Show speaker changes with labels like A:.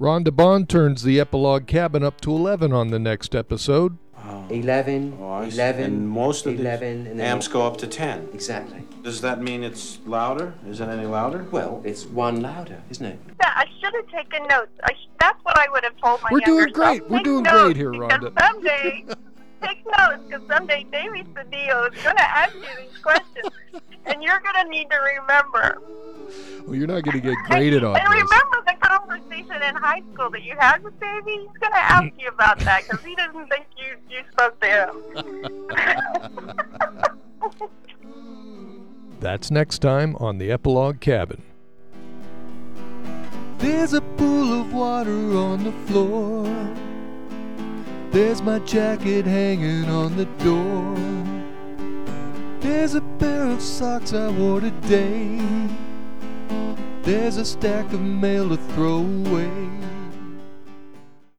A: Rhonda Bond turns the epilogue cabin up to 11 on the next episode.
B: 11,
C: Oh, I see.
B: 11,
C: And most of
B: 11,
C: the
B: and then
C: amps go up to 10.
B: Exactly.
C: Does that mean it's louder? Is it any louder?
B: Well, it's one louder, isn't it?
D: Yeah, I should have taken notes. I sh- that's what I would have told my
A: We're doing
D: younger self.
A: great. We're
D: Take
A: doing
D: notes,
A: great here,
D: because
A: Rhonda.
D: Someday, take notes because someday Davey Cedillo is going to ask you these questions, and you're going to need to remember.
A: Well, you're not going to get graded on
D: and
A: this.
D: remember the conversation in high school that you had with Davey. He's going to ask you about that because he doesn't think you you spoke to him.
A: That's next time on the epilogue cabin. There's a pool of water on the floor. There's my jacket hanging on the door. There's a pair of socks I wore today. There's a stack of mail to throw away.